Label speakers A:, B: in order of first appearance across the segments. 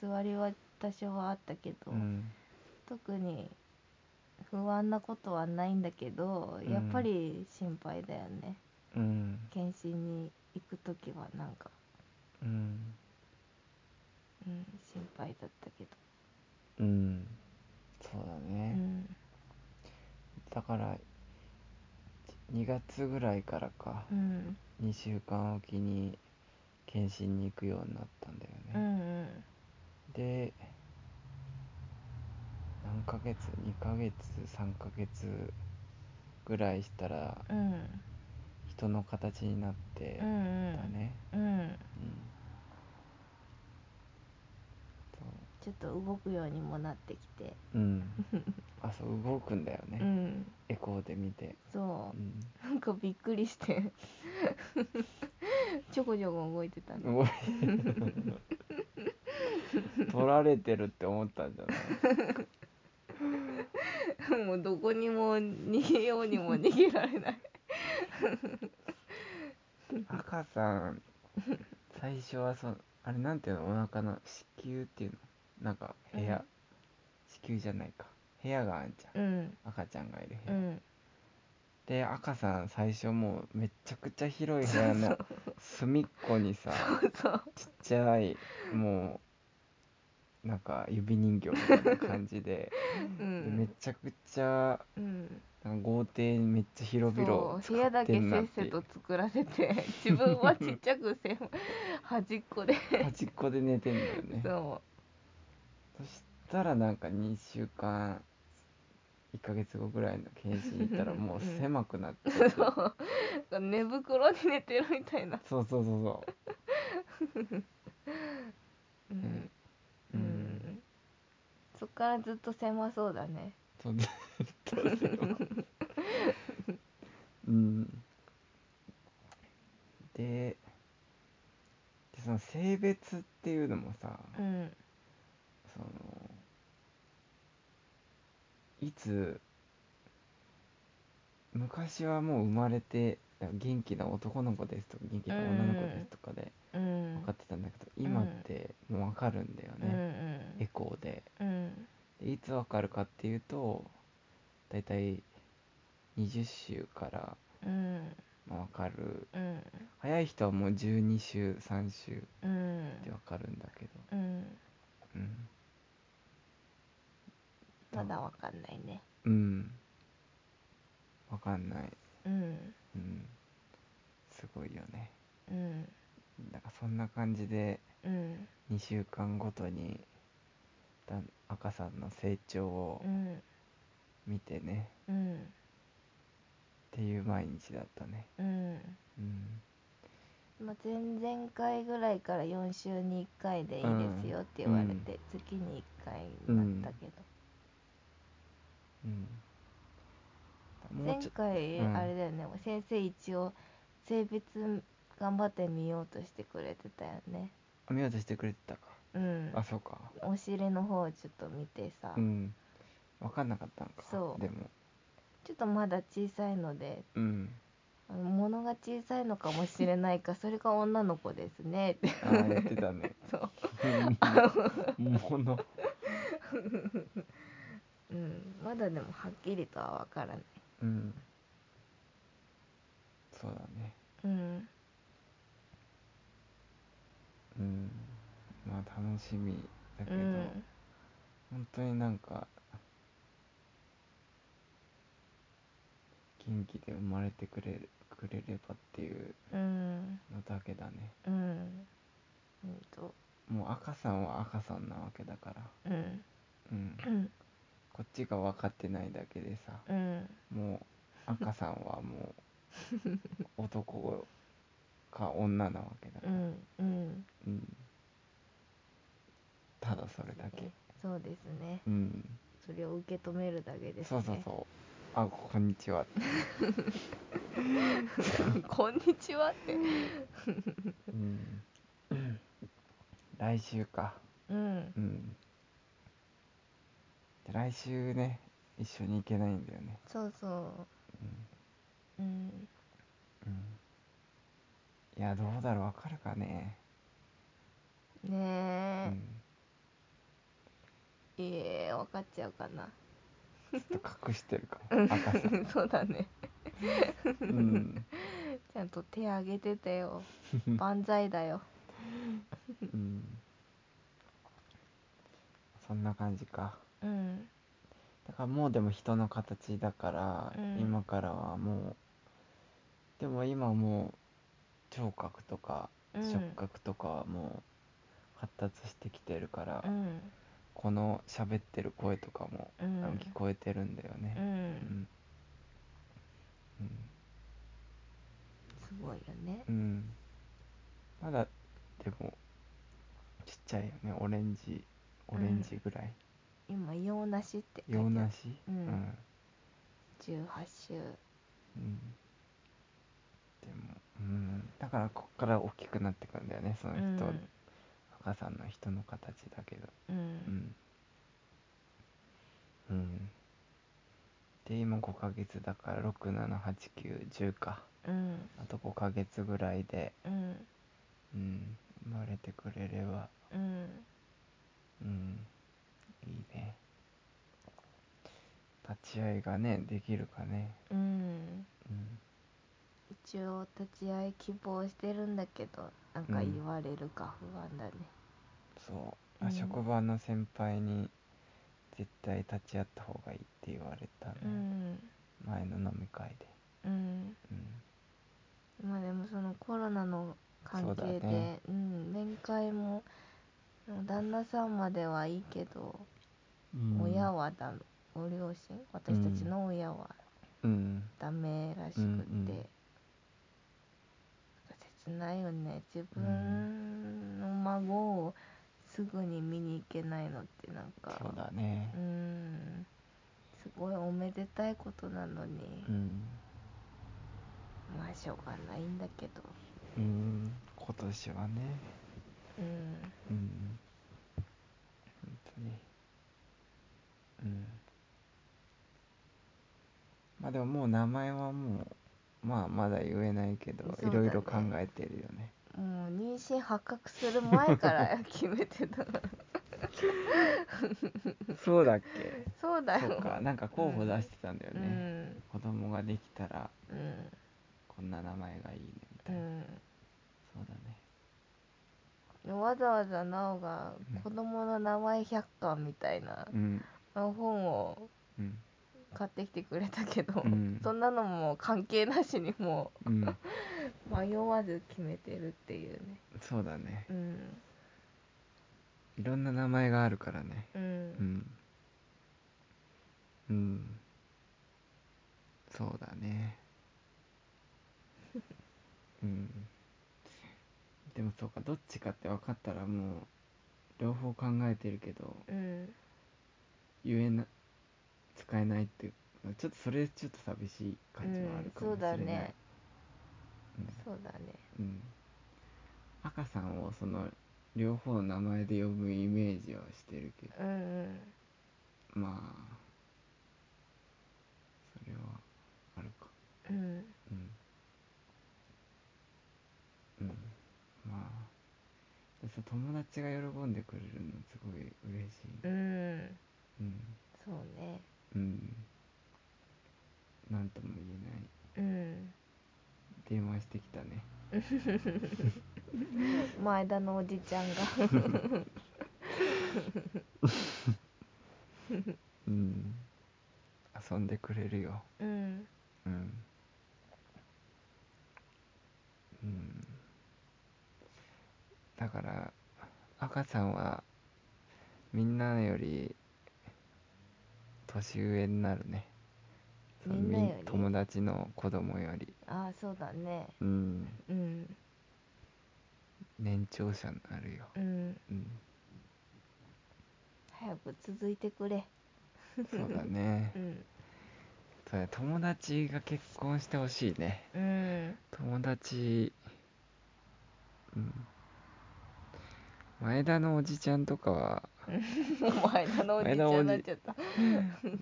A: 座りは多少はあったけど、
B: うん
A: 特に不安なことはないんだけど、
B: うん
A: やっぱり心配だよね
B: うん
A: 検診に行く時はなんか、
B: うん
A: うん、心配だったけど、
B: うんそうだ
A: う
B: ね、
A: ん
B: だから2月ぐらいからか
A: う、ん
B: 2週間おきに検診に行くようになったんだよ
A: うんう
B: ね、
A: ん
B: で何ヶ月2ヶ月3ヶ月ぐらいしたら
A: うん
B: 人の形になって
A: うんう
B: た
A: ん
B: ね、
A: うん
B: うん
A: ちょっと動くようにもなってきて
B: そううんあそう動くんだよね、
A: うん
B: エコーで見て、、
A: そううん なんかびっくりして ちょこちょこ動いてたの
B: 動いて取られてるって思ったんじゃない
A: もうどこにも逃げようにも逃げられない
B: 赤さん最初はそあれなんていうのお腹の子宮っていうのなんか部屋、
A: うん
B: 子宮じゃないか部屋があんじゃん、
A: うん
B: 赤ちゃんがいる
A: う
B: 部屋、
A: ん
B: で赤さん最初もうめちゃくちゃ広い部屋の隅っこにさ
A: そう
B: ちっちゃいもうなんか指人形みたいな感じで
A: う
B: でめ
A: ん
B: ちゃくちゃ
A: うん
B: なんか豪邸にめっちゃ広々
A: そう部屋
B: 使っ
A: だ
B: て
A: けせ
B: んなっ
A: って
B: い
A: せ
B: う
A: と作らせて自分はちっちゃくせん端っこで
B: 端っこで寝てんだよね
A: そ
B: そしたらなんか2週間1ヶ月後ぐらいの検診行ったらもう
A: うん
B: 狭くなってて
A: うそう寝袋に寝てるみたいな
B: そうそうそうそううん
A: ん、
B: う
A: うんん、そっからずっと狭そうだね
B: そうずっとでもうんででその性別っていうのもさ
A: うん
B: そのいつ昔はもう生まれて元気な男の子ですとか元気な女の子ですとかで
A: うん
B: 分かってたんだけど、今ってもう分かるんだよ
A: うん
B: ね、エコーで
A: うんうん
B: でいつ分かるかっていうとだいたい20週から
A: うん
B: 分かる
A: うん
B: 早い人はもう12週3週
A: うん
B: で分かるんだけど、
A: うん
B: うん、
A: まだわかんないね
B: うん分かんない
A: うん
B: うんすごいよね
A: うん
B: だからそんな感じで
A: うん
B: 2週間ごとにだん赤さんの成長を
A: うん
B: 見てね、
A: うん
B: っていう毎日だったね
A: うん
B: うん
A: まあ、前々回ぐらいから4週に1回でいいですよって言われて、月に1回になったけど、
B: うんもうち
A: 前
B: ょ
A: 回
B: うん
A: あれだよね、先生一応性別頑張ってみようとしてくれてたよね
B: 見ようとしてくれてたか
A: うん
B: あそうか
A: お尻の方をちょっと見てさ、
B: うん分かんなかったんか
A: そう
B: でも
A: ちょっとまだ小さいので
B: うん
A: あの物が小さいのかもしれない かそれが女の子ですね って
B: ああ言ってたね
A: そう
B: もの
A: うんまだでもはっきりとは分からない
B: うんそうだね
A: うん
B: うんまあ楽しみだけ
A: う
B: ど、
A: ん
B: 本当になんか元気で生まれてくれくれればっていう
A: うん
B: のだけだね
A: うんほんと
B: もう赤さんは赤さんなわけだから
A: うん
B: うん
A: うん
B: こっちが分かってないだけでさ
A: うん
B: もう赤さんはも う男か女なわけだか
A: う
B: ら、
A: んうん
B: うんただそれだけ
A: そうですね
B: うん
A: それを受け止めるだけですね
B: そうそうそうあこんにちはって
A: こんにちはって
B: うん来週か
A: うん
B: うんで来週ね一緒に行けないんだよね
A: そうそううん
B: うんいやどうだろうわかるかね
A: ねえ、
B: うん
A: えー、分かっちゃうかな
B: ちょっと隠してるかも赤 さ
A: そうだね
B: うん、
A: ちゃんと手挙げててよ万歳だよ
B: うん、そんな感じか
A: うん
B: だからもうでも人の形だから、
A: うん
B: 今からはもうでも今はもう聴覚とか
A: うん
B: 触覚とかはもう発達してきてるから、
A: うん
B: この喋ってる声とかも
A: うん
B: あの聞こえてるんだよ
A: う
B: ね、
A: ん
B: うん
A: すごいよね
B: うんうんまだでもちっちゃいよねオレンジオレンジぐらい、
A: 今洋梨って書いてあ
B: 洋
A: る
B: 梨
A: うん
B: うん
A: 18週
B: うんでも、うん、だからこっから大きくなってくんだよねその
A: う
B: 人、
A: ん
B: 赤さんの人の形だけど
A: う
B: うんん、うん、で今5ヶ月だから67891か
A: うん
B: あと5ヶ月ぐらいで、
A: うん
B: うん、生まれてくれれば
A: うん
B: うんいいね立ち会いがねできるかね
A: うん
B: うん
A: 一応立ち会い希望してるんだけどなんか言われるか不安だね
B: そう、
A: う
B: あ
A: ん
B: 職場の先輩に絶対立ち会った方がいいって言われたね、
A: うん
B: 前の飲み会で、
A: うん
B: うん、
A: まあでもそのコロナの関係
B: そうだ
A: で、
B: ね
A: うん面会も旦那さんまではいいけど、親はだご両親私たちの親は
B: うん
A: ダメらしくて、
B: うんうん
A: なんか切ないよね自
B: う
A: 分の孫をすぐに見に行けないのってなんか
B: そうだね
A: うんすごいおめでたいことなのに、
B: うん、
A: まあしょうがないんだけど
B: うん、今年はね
A: うん
B: うん本当にうんまあでももう名前はもうまあまだ言えないけど、
A: そうだ
B: いろ
A: ね
B: いろ考えてるよね
A: もう妊娠発覚する前から 決めてた
B: そうだっけ
A: そうだよ
B: そうかなんか候補出してたんだよ
A: う
B: ね、
A: ん
B: 子供ができたら
A: うん
B: こんな名前がいいねみ
A: う
B: たいな、
A: ん
B: そうだね
A: わざわざなおが
B: うん
A: 子供の名前百科みたいな
B: うん
A: 本を
B: うん
A: 買ってきてくれたけど、
B: うん
A: そんなのも関係なしにも
B: うん
A: う迷わず決めてるっていうね
B: そうだね
A: うん
B: いろんな名前があるからね
A: う
B: うんんうんそうだねうんでもそうかどっちかって分かったらもう両方考えてるけど
A: うん
B: 言えな使えないっていうちょっとそれちょっと寂しい感じはあるかもしれない、
A: うんそうだね
B: うん
A: そうだね
B: うん、赤さんをその両方の名前で呼ぶイメージはしてるけど
A: うんうん
B: まあそれはあるか
A: うん
B: うんうんまあでそう友達が喜んでくれるのすごい嬉しい
A: うん
B: うん
A: そうね
B: うんなんとも言えない
A: うん
B: 電話してきたね
A: 前田のおじちゃんが
B: うん遊んでくれるよ
A: うん
B: うんうんだから赤さんはみんなより年上になるねその
A: みんなより
B: み友達の子供より
A: ああそうだね
B: うん
A: うん
B: 年長者になるよ
A: うん
B: うん
A: 早く続いてくれ
B: そうだね
A: うん
B: そうだ友達が結婚してほしいね
A: うん
B: 友達うん前田のおじちゃんとか は
A: 前田のおじちゃんになっちゃった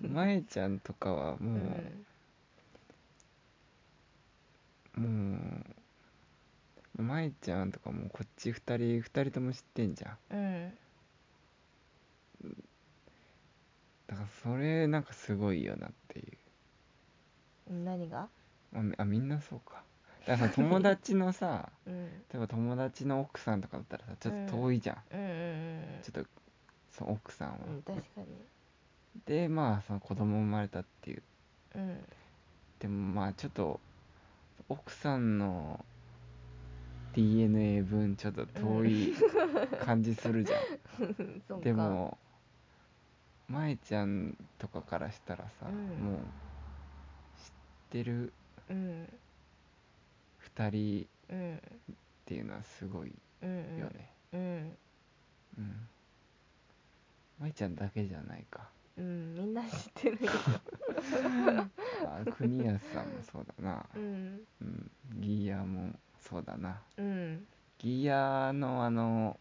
B: まえちゃんとかは
A: う
B: も
A: ん
B: う、もうまえちゃんとかもうこっち2人2人とも知ってんじゃ
A: う
B: ん
A: ん
B: かそれなんかすごいよなっていう
A: 何が
B: あみあみんなそうか だからさ友達のさ
A: うん
B: 例えば友達の奥さんとかだったらさちょっと遠いじゃん、
A: うんうんうん
B: ちょっとその奥さんは、
A: うん確かに
B: でまあその子供生まれたっていう
A: うん
B: でもまあちょっと奥さんの DNA 分ちょっと遠い感じするじゃん、
A: そうか
B: でも舞ちゃんとかからしたらさ、
A: うん
B: もう知ってる
A: うん
B: 2人っ
A: うん
B: ていうのはすごい
A: うんうん
B: よね
A: うん
B: うん、舞ちゃんだけじゃないか
A: うんみんな知ってるよ
B: あ国安さんも そうだな、
A: うん
B: うん、ギーヤもそうだな
A: うん
B: ギーヤのあの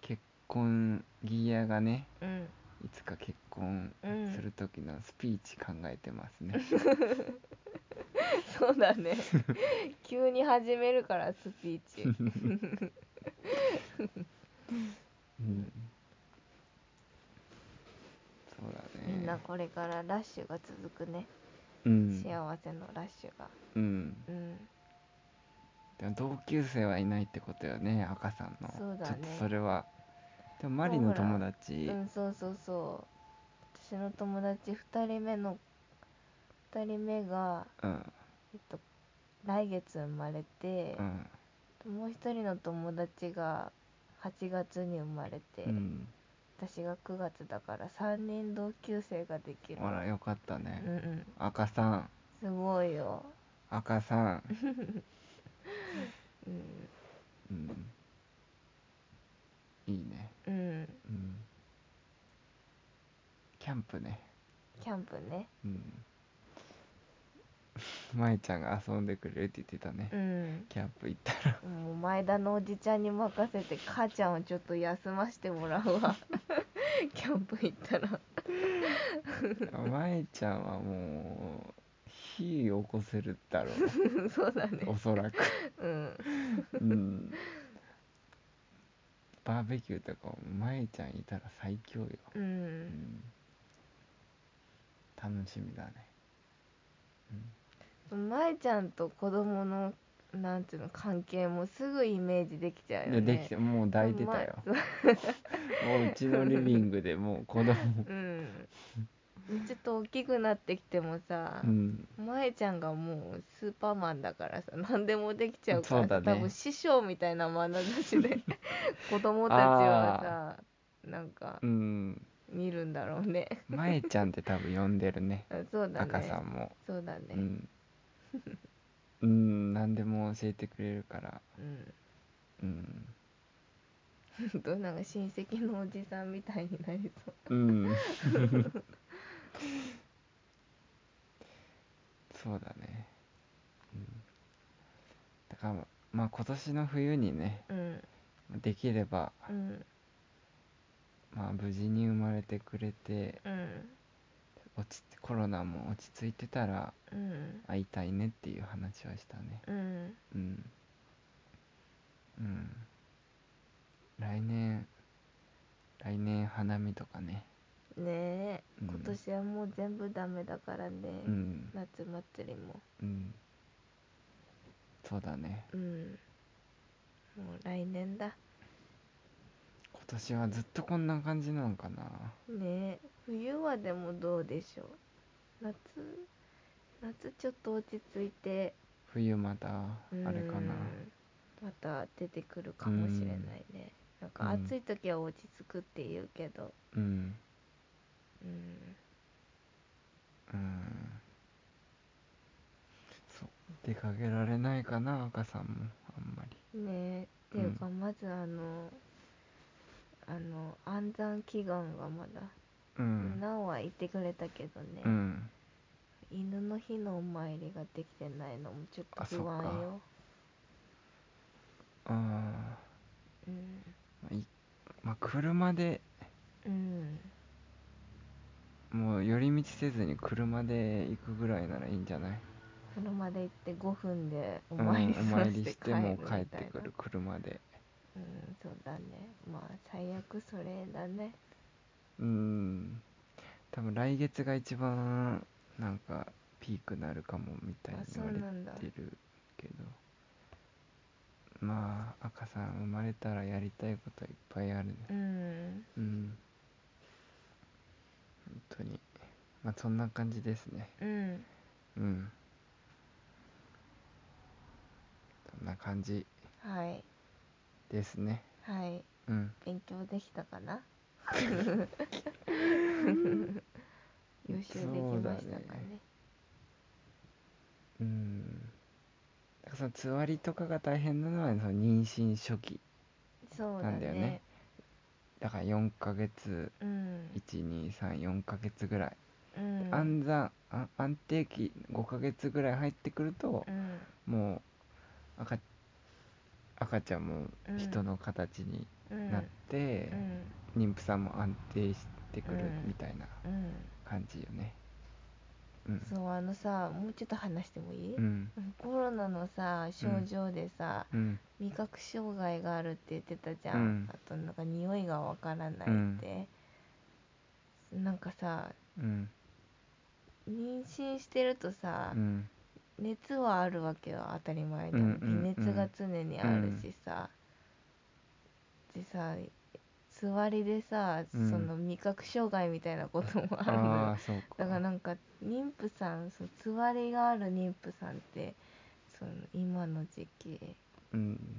B: 結婚ギーヤがね
A: うん
B: いつか結婚
A: うん
B: する時のスピーチ考えてますね、
A: そうだ ね急に始めるからスピーチ
B: うんそうだね
A: みんなこれからラッシュが続くね、
B: う
A: 幸
B: ん
A: せのラッシュが
B: うん
A: うん
B: でも同級生はいないってことよね赤さんの
A: そうだね
B: ちょっとそれはでもマリの友達
A: うんそうそうそう私の友達2人目の2人目が、
B: うん
A: えっと、来月生まれて
B: う、ん
A: もう一人の友達が8月に生まれて、
B: うん
A: 私が9月だから3人同級生ができる
B: ほらよかった
A: う
B: ね
A: ん、うん
B: 赤さん
A: すごいよ、
B: 赤さん、
A: うん
B: うん、いいね
A: うん、
B: うんキャンプね
A: キャンプね
B: うん 舞ちゃんが遊んでくれるって言ってたね、
A: うん
B: キャンプ行った ら
A: もう前田のおじちゃんに任せて母ちゃんをちょっと休ませてもらうわ キャンプ行ったら
B: 舞ちゃんはもう火起こせるだろ
A: うん そうだね
B: うおそらく
A: うん
B: うんバーベキューとかも舞ちゃんいたら最強よ、
A: う
B: うんん、楽しみだね
A: 舞ちゃんと子供のなんていうの関係もすぐイメージできちゃうよ
B: で
A: ね
B: できてもう抱いてたよもううちのリビングでもう子供
A: うん ちょっと大きくなってきてもさ
B: う、ん
A: 舞ちゃんがもうスーパーマンだからさ何でもできちゃうから
B: そ
A: さ
B: うだね
A: 多分師匠みたいな眼差し で子供たちはさなんか
B: うん
A: 見るんだろうね
B: 舞ちゃんって多分呼んでるね
A: あそうだ
B: 赤
A: ね
B: さんも
A: そうだね
B: う、 んうん何でも教えてくれるからうん
A: うん、 どうなんか親戚のおじさんみたいになりそう
B: うん そうだね、うん、だからまあ今年の冬にね
A: うん
B: できれば、
A: うん
B: まあ、無事に生まれてくれて
A: うん
B: 落ちコロナも落ち着いてたら
A: うん
B: 会いたいねっていう話はしたね
A: うん
B: うんうん来年来年花見とかね
A: ねえ、
B: うん
A: 今年はもう全部ダメだからね、
B: うん
A: 夏祭りも
B: うんそうだね
A: うんもう来年だ
B: 今年はずっとこんな感じなのかな
A: ねえ冬はでもどうでしょう夏夏ちょっと落ち着いて
B: 冬またあれかな
A: うんまた出てくるかもしれないねなんか
B: うん
A: 暑い時は落ち着くって言うけど
B: うん
A: うん
B: うんそう出かけられないかな赤さんもあんまり
A: ねえっていうかまずあの、あの安産祈願がまだ
B: うん
A: 奈緒は言ってくれたけどね、
B: うん
A: 犬の日のお参りができてないのもちょっと
B: あそっ
A: 不
B: か
A: 安よ
B: あ
A: うん
B: あいまあ車で
A: うん
B: もう寄り道せずに車で行くぐらいならいいんじゃない
A: 車で行って5分でお
B: うんお
A: 参りさ
B: 参
A: せ
B: り
A: て
B: し
A: 帰
B: て
A: る
B: も
A: み
B: う
A: た
B: 帰
A: い
B: ってく
A: な
B: る車で
A: うんそうだねまあ最悪それだね
B: うん多分来月が一番なんかピークなるかもみたいに
A: あそ
B: 言
A: う
B: われ
A: なんだ
B: てるけどまあ赤さん生まれたらやりたいことはいっぱいあるね
A: うん
B: うん本当にまあそんな感じですね
A: うん
B: うんそんな感じ
A: はい
B: ですね
A: はい
B: うん
A: 勉強できたか な予習できましたかね
B: うんだからそのつわりとかが大変なのはその妊娠初期
A: そう
B: な
A: だ
B: んだよ
A: ね
B: ねだから4ヶ月
A: うん
B: 1234ヶ月ぐらい、
A: うん
B: 安産あ安定期5ヶ月ぐらい入ってくると
A: う、ん
B: もう赤赤ちゃんも
A: うん
B: 人の形に
A: うん
B: なって
A: う、ん
B: 妊婦さんも安定してくる
A: うん
B: みたいな
A: うん
B: 感じよねうん
A: そうあのさもうちょっと話してもいい、
B: うん
A: コロナのさ症状でさ、
B: うん
A: 味覚障害があるって言ってたじゃん、
B: うん
A: あとなんか匂いがわからないって、なんかさ
B: うん
A: 妊娠してるとさ、
B: うん
A: 熱はあるわけよ当たり前じゃ
B: うん
A: ん、
B: うんうん
A: 微熱が常にあるしさ、でさ座りでさ、
B: うん
A: その味覚障害みたいなこともあるのよ
B: ああそうか
A: だからなんか妊婦さんそうつわりがある妊婦さんってその今の時期
B: うん